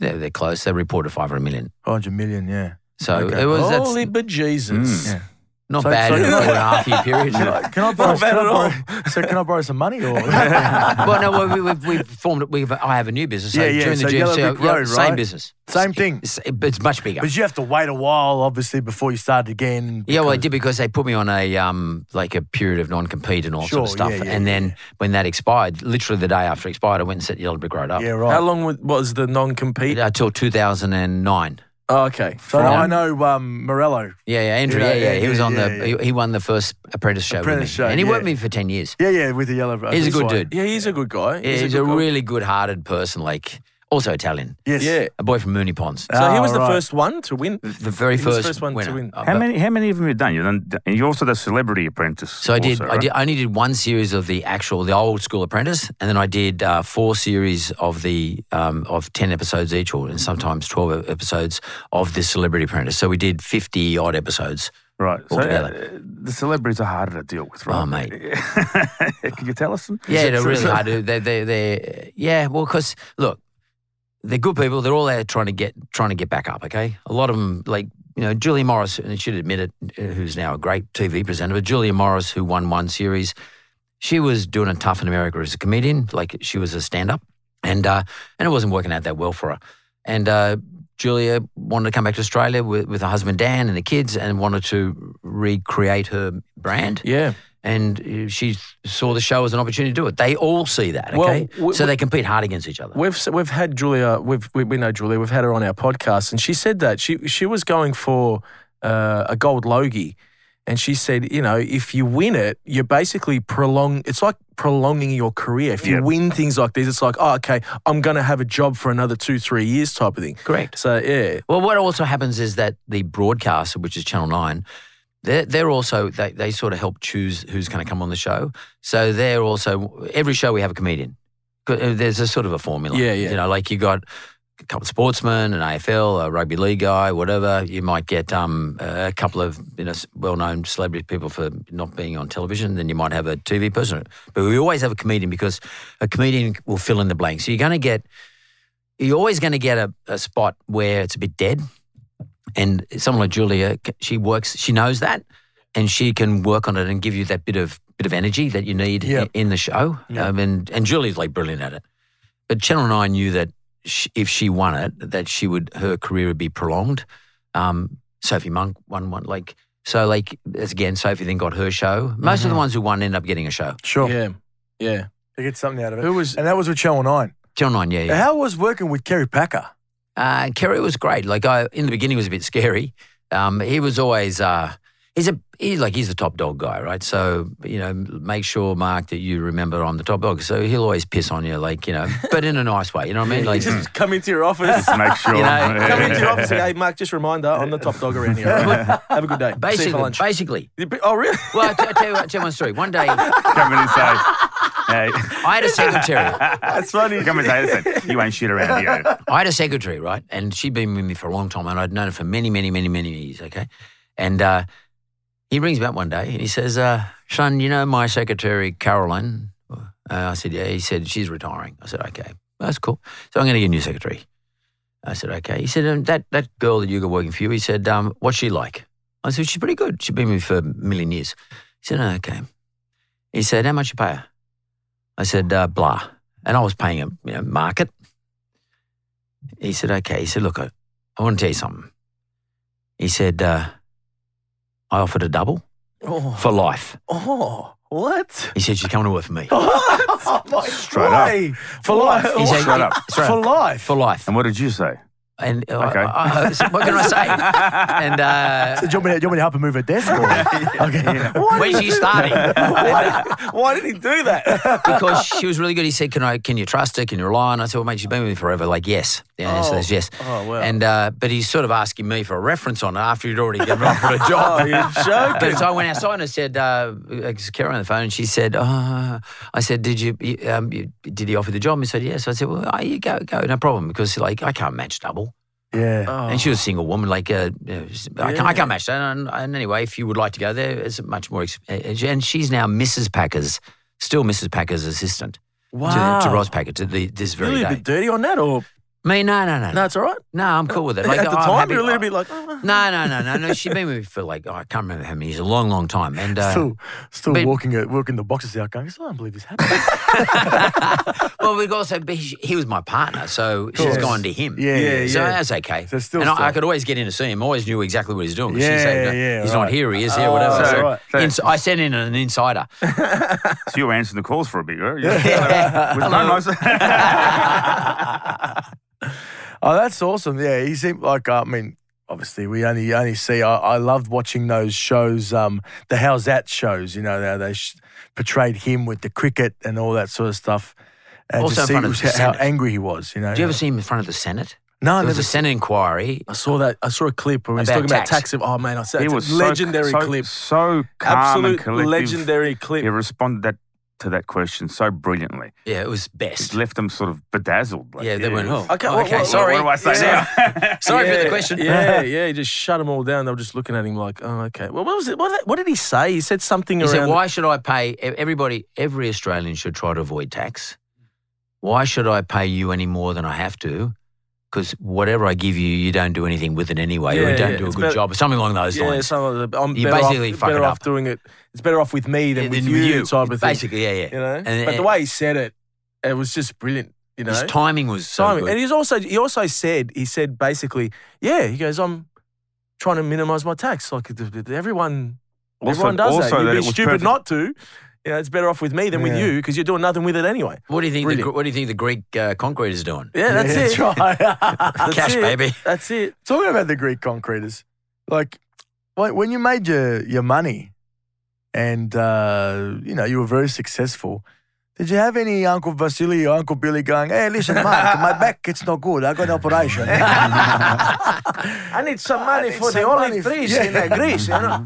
G: they're, they're close. They reported 500 million.
B: 500 million, yeah.
G: So
B: Okay.
G: it was
E: Holy
G: that's
E: bejesus!
D: Mm.
B: Yeah.
G: not
B: So-
G: bad
B: so-
G: in a four and a half year period.
B: Can I, Uh, can I borrow,
E: Not bad
B: can I
E: at all.
B: borrow- so can I borrow some money or?
G: well, no, well, we, we've, we've formed. We've I have a new business. So
B: Yeah, yeah,
G: During
B: so
G: the GFC,
B: Yellow
G: yeah,
B: Brick Road,
G: same
B: right?
G: business,
B: Same thing.
G: It's, it's much bigger.
B: But you have to wait a while, obviously, before you start again.
G: yeah, well, I
B: because-
G: did because they put me on a um like a period of non-compete and all sort of
B: Sure,
G: stuff.
B: yeah, yeah,
G: and then when that expired, literally the day after it expired, I went and set Yellow Brick Road up
B: Yeah,
E: How
B: right.
E: long wa- was the non-compete?
G: until 2009.
E: Oh, okay.
B: So I know um, Morello.
G: Yeah, yeah, Andrew.
B: Yeah,
G: Yeah, yeah,
B: yeah,
G: he was
B: yeah,
G: on
B: yeah,
G: the
B: yeah.
G: He, he won the first apprentice show, with
B: Apprentice
G: me.
B: show,
G: and he worked
B: yeah.
G: with me for 10 years.
B: Yeah, yeah, with the yellow. uh,
G: He's a
B: this
G: good
B: one.
G: dude.
E: Yeah, he's a good guy.
G: Yeah, he's
E: good
G: a
E: guy.
G: really good-hearted person. Like also Italian,
B: Yes.
E: yeah.
G: a boy from Mooney Ponds.
E: So he
B: Ah,
E: was the
B: right.
E: first one to win.
G: The very
E: He was
G: first,
E: the first one to
G: winner.
E: win.
G: Uh,
D: How
G: but-
D: many? How many of them have you done? You've done and you also did Celebrity Apprentice.
G: So I did.
D: also,
G: I
D: right?
G: did. I only did one series of the actual, the old school apprentice, and then I did uh, four series of the um, of ten episodes each, or and sometimes twelve e- episodes of the Celebrity Apprentice. So we did fifty odd episodes.
D: Right. So
G: altogether.
D: uh, the celebrities are harder to deal with, right?
G: Oh, mate.
D: Can you tell us? Some?
G: Yeah, they're really hard. to- They, they, they. Yeah, well, because look, they're good people. They're all there trying to get trying to get back up. Okay, a lot of them, like you know, Julia Morris, and she should admit it, uh, who's now a great TV presenter. But Julia Morris, who won one series, she was doing it tough in America as a comedian. Like she was a stand up, and uh, and it wasn't working out that well for her. And uh, Julia wanted to come back to Australia with, with her husband Dan and the kids, and wanted to recreate her brand
E: Yeah.
G: and uh, she saw the show as an opportunity to do it. They all see that,
E: Well,
G: okay?
E: w-
G: so they compete hard against each other.
E: We've s- we've had Julia. We've we, we know Julia. We've had her on our podcast, and she said that she she was going for uh, a gold logie, and she said, you know, if you win it, you're basically prolong. It's like prolonging your career. If you
D: Yeah.
E: win things like these, it's like, oh, okay, I'm going to have a job for another two, three years, type of thing.
G: Correct.
E: So yeah,
G: Well, what also happens is that the broadcaster, which is Channel 9, they're, they're also, they, they sort of help choose who's going to come on the show. So they're also, every show we have a comedian. 'Cause, uh, There's a sort of a formula.
E: Yeah, yeah.
G: You know, like you got a couple of sportsmen, an AFL, a rugby league guy, whatever. You might get um, a couple of you know s- well-known celebrity people for not being on television. Then you might have a TV person, but we always have a comedian because a comedian will fill in the blank. So you're going to get you're always going to get a, a spot where it's a bit dead. And someone like Julia, c- she works, she knows that, and she can work on it and give you that bit of bit of energy that you need
B: Yeah.
G: i- in the show.
B: Yeah.
G: Um, and and Julia's like brilliant at it. But Channel Nine knew that sh if she won it, that she would her career would be prolonged. Um, Sophie Monk won one, like so, like as again, Sophie then got her show. Most of the ones who won end up getting a show.
B: Sure.
E: yeah, yeah.
B: They get something out of it.
E: Who was
B: And that was with Channel 9.
G: Channel Nine, yeah, yeah.
B: How was working with Kerry Packer?
G: Uh, Kerry was great. Like I, in the beginning, was a bit scary. Um, he was always uh, he's a he's like he's the top dog guy, right? So you know, make sure Mark that you remember I'm the top dog. So he'll always piss on you, like you know, but in a nice way. You know what I mean? Like,
E: just come into your office.
D: Just make sure.
G: You know,
E: Come into your office. and say, Hey, Mark. Just a reminder, I'm the top dog around here. right? Have a good day. See you for
G: basically,
E: lunch.
G: basically.
E: Oh, really?
G: Well, I t- I tell you, what, I tell you one story. One day, I
D: Come in and say, hey,
G: had a secretary.
D: that's funny. Come and say, listen, you ain't shit around here.
G: I had a secretary, right? And she'd been with me for a long time, and I'd known her for many, many, many, many years, okay? And uh, he rings me up one day and he says, uh, Son, you know my secretary, Caroline? Uh, I said, Yeah. He said, She's retiring. I said, Okay, that's cool. So I'm going to get a new secretary. I said, Okay. He said, um, that, that girl that you got working for you, he said, um, What's she like? I said, She's pretty good. She's been with me for a million years. He said, "Oh, Okay. He said, How much you pay her? I said, uh, Blah. And I was paying him you know, market. He said, okay. He said, look, I, I want to tell you something. He said, uh, I offered a double
E: Oh,
G: for life.
E: oh what?
G: He said, she's coming to work for me.
D: Oh,
E: What?
D: Straight up.
E: Why? For Oh, life.
G: He said,
D: Straight oh, up.
G: Straight
E: For
G: up.
E: life.
G: For life.
D: And what did you say?
G: And uh,
D: Okay.
G: I- I- I said, what can I say? And uh,
B: So do you want me to, do you want me to help her move her desk? Or? okay.
G: where's she starting?
E: Why did he do that?
G: because she was really good. He said, "Can I? Can you trust her? Can you rely on?" her? I said, "Well, mate, she's been with me forever." Like, yes, the answer
E: Oh.
G: is yes.
E: Oh, wow.
G: And uh, but he's sort of asking me for a reference on her after he'd already given up for a job.
E: Oh, you're
G: But
E: joking.
G: so I went outside and I said, uh, I just carried on the phone, and she said, uh I said, did you, you, um, you, did he offer the job? And he said, yes. I said, well, uh, you go, go, no problem, because like I can't match double.
B: Yeah.
E: Oh.
G: And she was a single woman, like uh, you know, s- I, can't, I can't match that. And, and anyway, if you would like to go there, it's much more. Exp- and she- and she's now Mrs. Packer's, still Mrs. Packer's assistant
E: wow.
G: to, to Ross Packer to the, this
E: You a
G: very
E: little
G: day.
E: bit dirty on that, or
G: Me, no, no, no,
E: no?
G: no,
E: It's all right.
G: no, I'm cool with it. Like,
E: At the
G: I'm
E: time,
G: happy-
E: you're a little bit like, oh,
G: No, no, no, no, no. She'd been with me for like oh, I can't remember how many years, a long, long time, and uh,
B: Still, still
G: but-
B: walking it, walking the boxes out, going. I can't believe this happened.
G: well, we've also but he he was my partner, so
B: course.
G: she's gone to him.
B: Yeah, yeah,
G: So
B: yeah.
G: that's okay.
B: So still
G: and I, I
B: stuff.
G: could always get in to see him. I always knew exactly what he's doing. 'cause she
B: Yeah,
G: said, "No,
B: yeah,
G: he's
B: right.
G: not here. He is here. Whatever.
B: so-
G: So,
B: right,
D: so-
G: ins- I sent in an insider.
D: So you were answering the calls for a bit, right?
G: Yeah.
D: With no nice-
B: Oh, that's awesome. Yeah, he seemed like uh, I mean, obviously we only only see. I, I loved watching those shows, um, the How's That shows. You know, how they sh- portrayed him with the cricket and all that sort of stuff. And
G: Also
B: just
G: in
B: see
G: front of
B: was-
G: the
B: how
G: Senate.
B: angry he was. You know,
G: Did you ever see him in front of the Senate?
B: No, Oh, I
G: There was
B: never.
G: a Senate inquiry.
E: I saw that. I saw a clip where he was
G: About
E: talking about
G: tax.
E: tax. Oh man, I saw
D: he
E: it's a
D: was so-
E: legendary
D: so,
E: clip.
D: So calm and
E: Absolute
D: collective.
E: legendary
D: He
E: clip.
D: responded that to that question so brilliantly.
G: Yeah, it was best.
D: It left them sort of bedazzled. Like,
G: yeah, they went, oh,
E: Okay,
G: okay,
E: what- what-
G: sorry.
D: What do I say
G: Sorry,
D: now?
G: sorry for
E: Yeah,
G: the question.
E: Yeah, yeah. He just shut them all down. They were just looking at him like, oh, okay. Well, what was it? What, what did he say? He said something
G: He
E: around.
G: said, why should I pay? e- Everybody, every Australian should try to avoid tax. Why should I pay you any more than I have to? Because whatever I give you, you don't do anything with it anyway, or
E: Yeah,
G: you don't
E: yeah,
G: do a
E: it's
G: good
E: better-
G: job, or something along those
E: yeah,
G: lines.
E: some of the, I'm
G: You
E: better
G: basically
E: off,
G: fuck
E: better
G: it
E: off
G: up.
E: doing it. It's better off with me than
G: Yeah,
E: with
G: then
E: you, type of thing.
G: Basically, yeah, yeah.
E: You know,
G: And-
E: but the
G: and-
E: way he said it, it was just brilliant. You know,
G: His timing was so
E: Simon-
G: good.
E: And he's also he also said he said basically, yeah. He goes, I'm trying to minimise my tax. Like th- th- everyone,
D: Also-
E: everyone does
D: also
E: that. You'd
D: that
E: be
D: it was
E: stupid
D: perfect.
E: not to. You know, it's better off with me than with
B: Yeah.
E: you because you're doing nothing with it anyway.
G: what do you think? The,
E: Brilliant.
G: Gr- what do you think the Greek uh, concrete is doing?
E: Yeah, that's it.
B: right.
E: That's
G: Cash,
E: it.
G: baby.
E: That's it.
B: Talking about the Greek concreters, like when when you made your your money, and uh, you know you were very successful. Did you have any Uncle Vasily or Uncle Billy going, "Hey, listen, Mark, my back it's not good. I got an operation."
E: I need some money
B: need
E: for the
B: some money
E: olive
B: for-
E: trees
B: yeah.
E: in uh, Greece. You know?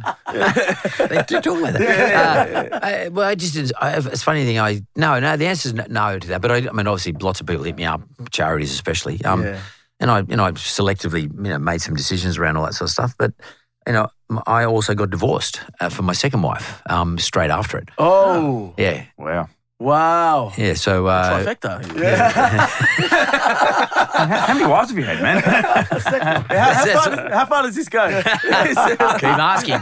G: they do talk like that. Uh, I, well, I just didn't. I, it's funny thing. I no, no. The answer is no to that. But I, I mean, obviously, lots of people hit me up, charities especially. Um,
B: Yeah.
G: and I, you know, I selectively, you know, made some decisions around all that sort of stuff. But you know, m- I also got divorced uh, from my second wife um, straight after it.
B: oh,
G: Yeah,
D: Wow.
B: wow.
G: yeah. So uh,
E: Trifecta.
D: How many wives have you had, man?
E: How, how
G: That's-
E: far, how far does this go?
G: keep asking.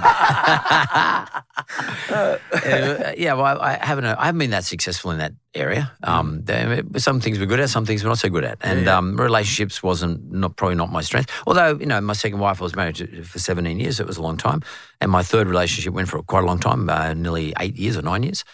G: Uh, yeah, well, I, I haven't. I haven't been that successful in that area. Um, there- some things we're good at, some things we're not so good at, and um, relationships wasn't not probably not my strength. Although you know, my second wife I was married to for seventeen years. It was a long time, and my third relationship went for quite a long time, uh, nearly eight years or nine years.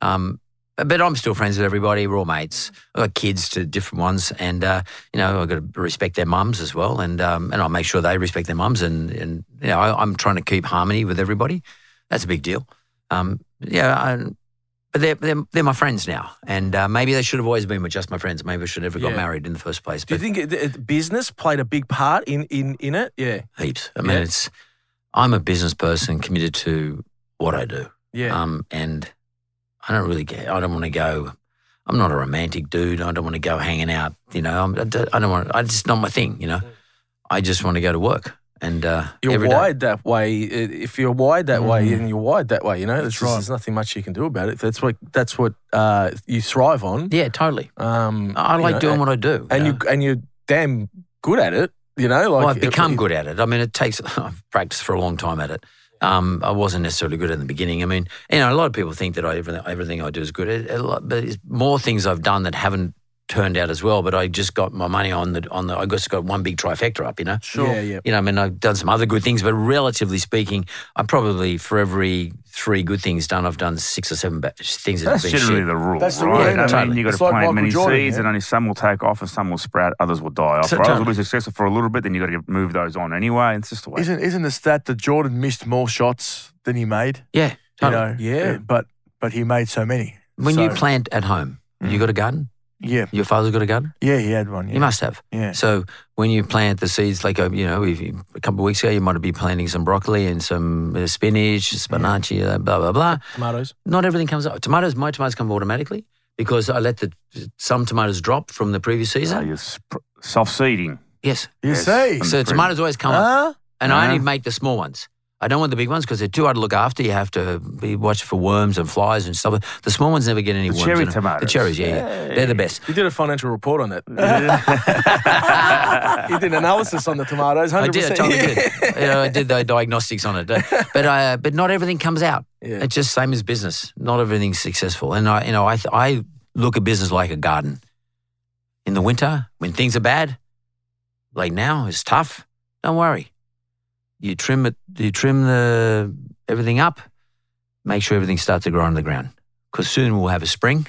G: Um, but I'm still friends with everybody. We're all mates. I've got kids to different ones, and uh, you know I've got to respect their mums as well, and um, and I make sure they respect their mums, and and you know I, I'm trying to keep harmony with everybody. That's a big deal. Um, yeah, I, but they're, they're they're my friends now, and uh, maybe they should have always been with just my friends. Maybe I should have never got
E: Yeah.
G: married in the first place.
E: Do you
G: But
E: think it, it, business played a big part in in in it? Yeah,
G: heaps. I mean,
E: Yeah.
G: it's I'm a business person committed to what I do.
E: yeah.
G: Um, and I don't really get. I don't want to go. I'm not a romantic dude. I don't want to go hanging out. You know, I'm, I don't- I don't want. I just not my thing. You know, I just want to go to work. And uh,
E: Mm. you're
G: every day-
E: wired that way. I- If you're wired that way,
B: Mm.
E: then you're wired that way. You know,
B: That's
E: It's just-
B: right.
E: There's nothing much you can do about it. That's what that's what uh, you thrive on.
G: Yeah, totally.
E: Um,
G: I
E: you
G: like
E: know,
G: doing
E: and,
G: what I do.
E: and
G: know.
E: you and you're damn good at it. You know, like
G: well, I've
E: it-
G: become
E: it-
G: good at it. I mean, it takes. I've practiced for a long time at it. Um, I wasn't necessarily good in the beginning. I mean, you know, a lot of people think that I, everything, everything I do is good. It, a lot, but it's more things I've done that haven't turned out as well. But I just got my money on the on the. I just got one big trifecta up, you know.
E: Sure. Yeah, yeah.
G: You know, I mean, I've done some other good things, but relatively speaking, I probably for every three good things done, I've done six or seven ba- things that
D: That's
G: have been
D: generally
G: shit.
D: the rule,
B: That's the rule,
D: right?
B: isn't it?
D: I mean,
B: Totally.
D: you've got to
B: It's like
D: plant
B: Michael
D: many
B: Jordan,
D: seeds,
B: yeah.
D: and only some will take off, and some will sprout, others will die off.
G: So-
D: right? Others
G: totally.
D: will be successful for a little bit, then you've got to move those on anyway. It's just the way.
B: Isn't isn't the stat that Jordan missed more shots than he made?
G: yeah.
B: You
G: totally.
B: know,
E: Yeah.
B: But but he made so many.
G: when you
B: So-
G: plant at home, you got a garden.
B: yeah,
G: Your father's got a garden.
B: yeah, he had one. Yeah,
G: You must have.
B: yeah.
G: So when you plant the seeds, like uh, you know, if you, a couple of weeks ago, you might be planting some broccoli and some uh, spinach, spinach, uh, blah blah blah.
E: Tomatoes.
G: Not everything comes up. Tomatoes, my tomatoes come automatically because I let the some tomatoes drop from the previous
D: So
G: season.
D: you're sp- self-seeding.
G: Yes,
B: you
D: Yes.
B: see,
G: so
D: Improve.
G: tomatoes always come up,
B: huh?
G: and I only
D: Ah. Uh-huh.
G: make the small ones. I don't want the big ones because they're too hard to look after. You have to be watch for worms and flies and stuff. The small ones never get any
D: The
G: worms.
D: cherry
G: in 'em. The
D: tomatoes.
G: cherries, yeah, yeah, they're the best.
E: You did a financial report on it. you did an analysis on the tomatoes. 100%.
G: I did. I totally did. You know, I did the diagnostics on it, but uh, but not everything comes out.
E: Yeah.
G: It's just same as business. Not everything's successful, and I you know I th- I look at business like a garden. In the winter, when things are bad, like now, it's tough. Don't worry. You trim it. You trim the everything up. Make sure everything starts to grow on the ground because soon we'll have a spring.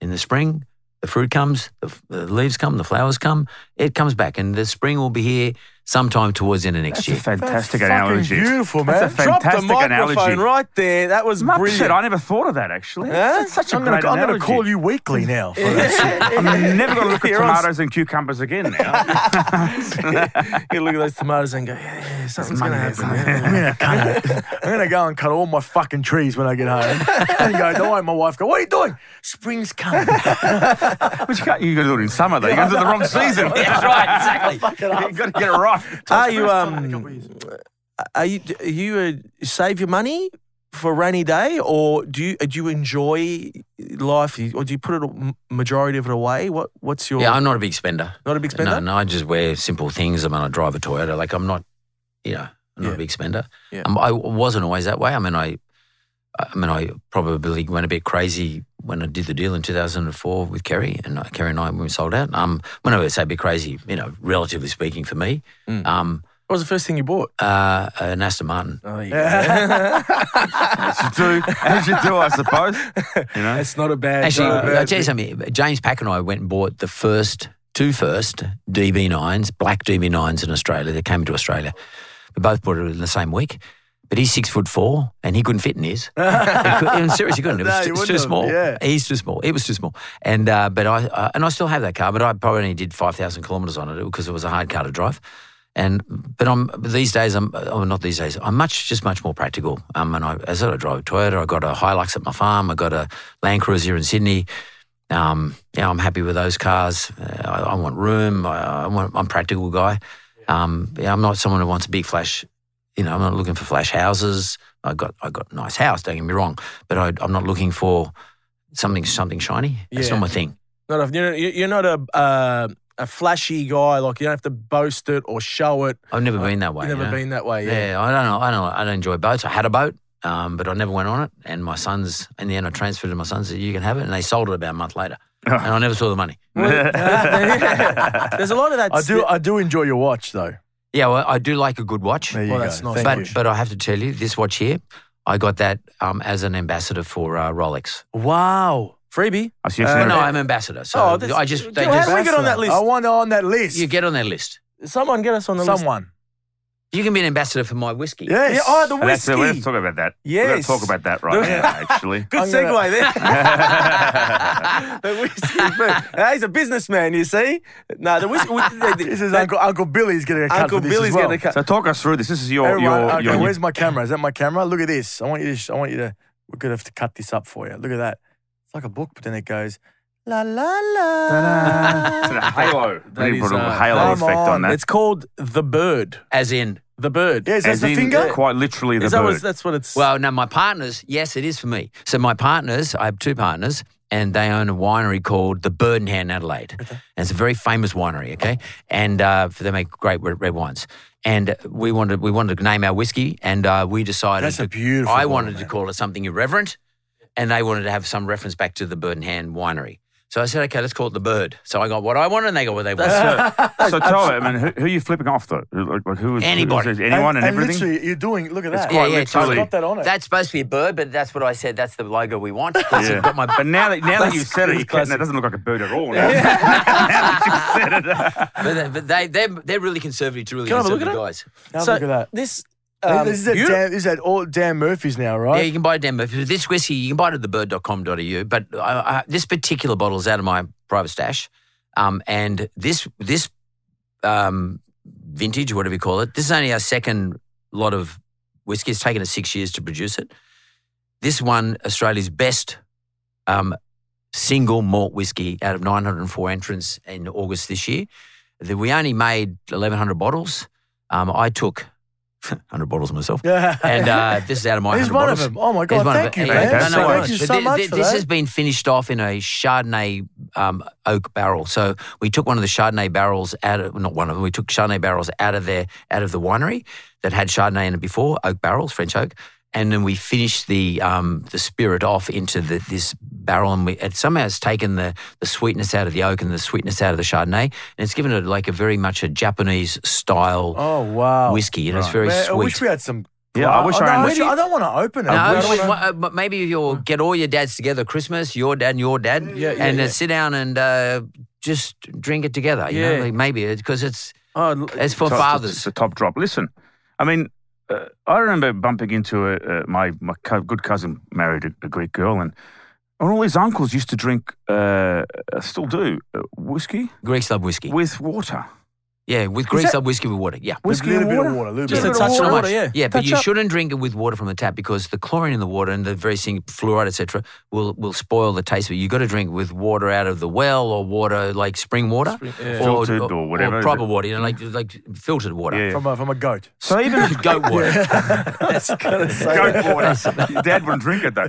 G: In the spring, the fruit comes, the, f- the leaves come, the flowers come. It comes back, and the spring will be here sometime towards the end of next
D: That's
G: year.
D: a fantastic
B: That's fucking
D: analogy.
B: beautiful,
D: That's a
B: man.
E: Drop
D: fantastic
E: the microphone
D: analogy.
E: right there. That was
D: Muppet,
E: brilliant.
D: I never thought of that actually.
E: Huh?
D: That's such a
B: I'm going
D: great
B: to
D: analogy.
B: call you weekly now. For that.
D: I'm never going to look at
E: You're on-
D: tomatoes and cucumbers again now.
E: you look at those tomatoes and go, yeah, yeah something's going
D: money
E: to
D: there, son.
E: happen. yeah.
B: I'm gonna cut it. I'm gonna go and cut all my fucking trees when I get home. And go, don't worry, my wife go, What are you doing? Spring's coming.
D: but you can't. You got to do it in summer though. You got to do it the wrong season. That's right. Exactly. You got to get it right.
E: Are you
B: in a couple
E: um?
B: years.
E: Are you are you uh, save your money for a rainy day, or do you uh, do you enjoy life, You- or do you put it m- majority of it away? What what's your
G: Yeah, I'm not a big spender.
E: not a big spender?
G: No, no, I just wear simple things. I mean, I drive a Toyota. Like I'm not, you know, I'm not
E: Yeah.
G: a big spender.
E: Yeah.
G: Um, I wasn't always that way. I mean, I, I mean, I probably went a bit crazy when I did the deal in 2004 with Kerry, and uh, Kerry and I we sold out. Um, when I say a bit crazy, you know, relatively speaking for me,
E: Mm.
G: um,
E: What was the first thing you bought?
G: uh, an Aston Martin.
E: Oh,
D: As you do, as you do, I suppose. You know,
E: That's not a bad.
G: Actually,
E: not a bad
G: I'll tell you
E: thing.
G: something. James Pack and I went and bought the first, two first DB9s, black DB9s in Australia. They came to Australia. We both bought it in the same week. But he's six foot four and he couldn't fit in his. he could, seriously couldn't. It
B: No,
G: was,
B: he
G: too- it's
B: wouldn't
G: too
B: have,
G: small.
B: yeah.
G: He's too small. It was too small. And uh, but I uh, and I still have that car, but I probably only did five thousand kilometres on it because it was a hard car to drive. And but I'm but these days I'm oh, not these days I'm much just much more practical. Um, and I as I drive a Toyota, I got a Hilux at my farm, I got a Land Cruiser in Sydney. Um, yeah, I'm happy with those cars. Uh, I, I want room. I, I want, I'm a practical guy. Um, yeah, I'm not someone who wants a big flash. You know, I'm not looking for flash houses. I got I got a nice house. Don't get me wrong, but I, I'm not looking for something something shiny. It's
E: Yeah.
G: not my thing.
E: Not a, you're, you're not a uh, a flashy guy. Like you don't have to boast it or show it.
G: I've never been that way.
E: You've never
G: you know?
E: been that way.
G: Yeah.
E: Yeah.
G: I don't know. I don't. I don't enjoy boats. I had a boat, um, but I never went on it. And my sons, in the end, I transferred to my sons. Said, you can have it, and they sold it about a month later. and I never saw the money.
E: There's a lot of that.
B: I do I do enjoy your watch though.
G: Yeah, well, I do like a good watch.
B: There you
E: Well,
B: go.
E: that's nice.
B: Thank
G: but
B: you.
G: but I have to tell you, this watch here, I got that um, as an ambassador for uh, Rolex.
B: wow.
E: freebie.
D: I see you
G: Well,
D: soon.
G: Uh, no, I'm ambassador. So
E: Oh, that's-
G: I just they
E: How
G: just
E: do we get on that
B: Ambassador. I
E: list?
B: want on that list.
G: you get on their list.
E: Someone get us on the list.
B: someone.
G: You can be an ambassador for my whiskey.
B: Yes.
E: Yeah, oh, the
D: And that's it.
E: whiskey.
D: Let's talk about that.
E: Yes.
D: Let's talk about that right
E: Yeah.
D: now, actually.
E: Good
B: I'm gonna-
E: segue there. the whiskey. boom. Hey, he's a businessman, you see. No, the whiskey. the- the-
B: This is
E: that-
B: Uncle Uncle Billy's getting a cut
E: Uncle
B: for this as
E: Billy's
B: well.
E: going to cut.
D: So talk us through this. This is your
B: Everyone,
D: your,
B: okay,
D: your
B: where's my camera? Is that my camera? Look at this. I want you to. I want you to. We're gonna have to cut this up for you. Look at that. It's like a book, but then it goes la la la.
D: sort of halo.
E: That
D: We need
E: is,
D: to put a little
E: uh,
D: halo
B: come
D: effect on
B: on.
D: that.
E: It's called the bird.
G: As in,
E: The bird.
B: yeah, is that
D: As
B: the
D: in,
B: finger?
D: Quite literally the
E: Is that
D: bird.
E: what, that's what it's.
G: well, no, my partners. Yes, it is for me. So my partners, I have two partners, and they own a winery called the Bird and Hand in Adelaide, and it's a very famous winery. Okay, and uh, they make great red, red wines. And we wanted we wanted to name our whiskey, and uh, we decided
B: That's
G: to-
B: a beautiful.
G: I
B: one,
G: wanted to
B: man.
G: call it something irreverent, and they wanted to have some reference back to the Bird and Hand winery. So I said, okay, let's call it the bird. So I got what I wanted, and they got what they wanted.
D: so Tyler, I mean, who, who are you flipping off though? Who- Like, like who is
G: Anybody.
D: who is- anyone, and, everything.
B: literally, you're doing. Look at that.
G: quite Yeah, yeah, literally-
B: It's got that on it.
G: That's supposed to be a bird, but that's what I said. That's the logo we want. That's
D: Yeah.
G: got my
D: But now that now that
E: That's-
D: you've said it,
E: that's
D: you can't, that
E: classic.
D: doesn't look like a bird at all. Now. now that you've said it.
G: But they, but they they're, they're really conservative, to really
E: Can I have a look
G: conservative guys.
B: Now
E: so
B: look at that.
E: This
B: Hey,
E: um,
B: this is at
E: Europe-
B: Dan, this is at all Dan Murphy's now,
G: Yeah,
B: right?
G: you can buy it down. But for this whiskey, you can buy it at thebird.com.au. But I, I, this particular bottle is out of my private stash, um, and this this um, vintage, whatever you call it, this is only our second lot of whiskey. It's taken us six years to produce it. This one, Australia's best um, single malt whiskey out of 904 entrants in August this year. The- We only made 1,100 bottles. Um, I took 100 bottles myself.
B: Yeah.
G: And uh, this is out of my
B: He's
G: 100
B: one
G: bottles.
B: of them. Oh my
G: There's
B: god!
G: one
B: Thank
G: of
B: you,
G: it.
B: man.
D: Yeah,
G: No, no
B: thank
G: worries.
B: you
G: But
B: so
G: thi-
B: much
G: thi-
B: for
G: this
B: that.
G: has been finished off in a Chardonnay um, oak barrel. So we took one of the Chardonnay barrels out of not one of them. We took Chardonnay barrels out of their out of the winery that had Chardonnay in it before, oak barrels, French oak, and then we finished the um, the spirit off into the, this barrel, and we it somehow it's taken the the sweetness out of the oak and the sweetness out of the Chardonnay, and it's given it like a very much a Japanese style
B: Oh wow!
G: whiskey, and it's very
B: Man, I
G: sweet.
B: wish we had some.
D: Yeah, I wish
B: oh,
D: I
B: no,
D: had-
B: actually, I don't want to open it.
G: No,
B: I
G: I
B: don't
G: mean,
B: wanna-
G: wha- uh, maybe you'll get all your dads together Christmas, your dad and your dad,
E: Yeah, yeah,
G: and
E: yeah.
G: Uh, sit down and uh, just drink it together. You know,
E: Yeah.
G: like maybe because it's
E: oh,
G: it's for
D: So it's-
G: fathers.
D: It's a top drop. Listen, I mean, uh, I remember bumping into a, uh, my my co- good cousin married a, a Greek girl, and all his uncles used to drink, uh, uh, still do, uh, whiskey
G: Greek sub whiskey.
D: with water.
G: yeah, with Greek
D: that-
G: sub whiskey with water. Yeah.
B: A
D: Whiskey
B: little
D: and
B: bit
D: water.
B: of water. A little
E: Just
B: bit
E: a
B: of
E: touch
B: water.
E: of
G: Not
E: water,
G: much.
E: yeah.
G: yeah, but
E: Touch
G: you
E: up.
G: shouldn't drink it with water from the tap because the chlorine in the water and the very thing fluoride, etc., will will spoil the taste. But you got to drink with water out of the well or water like spring water,
E: yeah.
D: Filtered or whatever,
G: or
D: is
G: proper
D: it?
G: water, you know, like like filtered water.
D: Yeah.
B: From a, from a goat.
D: So even if you
G: Goat water.
D: go for it, your dad wouldn't drink it though.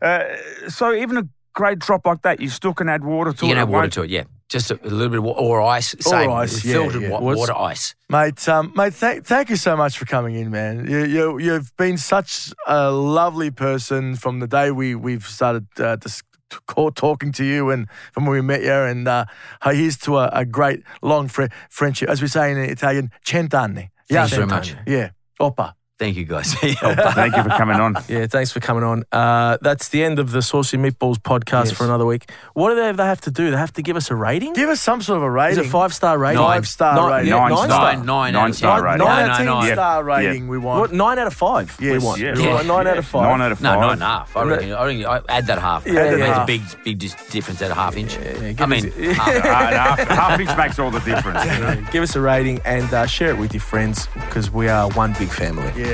D: Uh, so even a great drop like that, you still can add water to
G: You
D: it.
G: can add water
D: won't-
G: to it, yeah. Just a, a little bit of wa- or ice, same
B: ice, yeah,
G: filtered
B: yeah.
G: wa-
E: What's-
G: water ice.
B: Mate, um, mate, th- thank you so much for coming in, man. You, you, you've been such a lovely person from the day we we've started uh, dis- t- call, talking to you, and from when we met you. And uh, here's to a, a great long fri- friendship, as we say in Italian, cent'anni.
G: Thanks very much.
B: Yeah, oppa.
G: Thank you guys.
D: Thank you for coming on.
E: Yeah, thanks for coming on. Uh, that's the end of the Saucy Meatballs podcast
B: Yes.
E: for another week. What do they, they have to do? They have to give us a rating?
B: Give us some sort of a rating.
E: Is it five star rating?
G: Nine.
B: Five star rating.
E: yeah,
D: Nine
E: nine
D: star.
E: star.
G: nine, nine,
D: Nine
G: out of
D: star
G: ten.
D: rating.
G: No,
B: Nine out of
G: no,
B: ten
G: no.
B: star
D: Yeah.
B: rating we want.
E: What, nine out of five
B: Yes,
E: we want.
D: yeah.
E: We want nine out of five.
D: Nine out of
G: No,
D: five.
G: nine and a half. I reckon. I reckon. I, add that half.
E: Yeah,
G: it
E: yeah.
G: makes a
E: half.
G: big, big dis- difference at a half inch. I
E: give
G: mean,
E: us-
G: half.
D: Ah, and a half, half inch makes all the difference. you know?
E: Give us a rating and uh, share it with your friends because we are one big family.
B: Yes.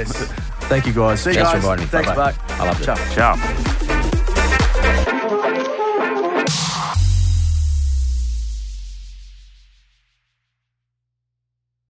E: Thank you guys.
B: See you
G: Thanks for
B: guys.
G: inviting me.
B: Thanks,
G: Bye-bye.
B: Buck.
G: I loved it.
B: Ciao.
D: Ciao.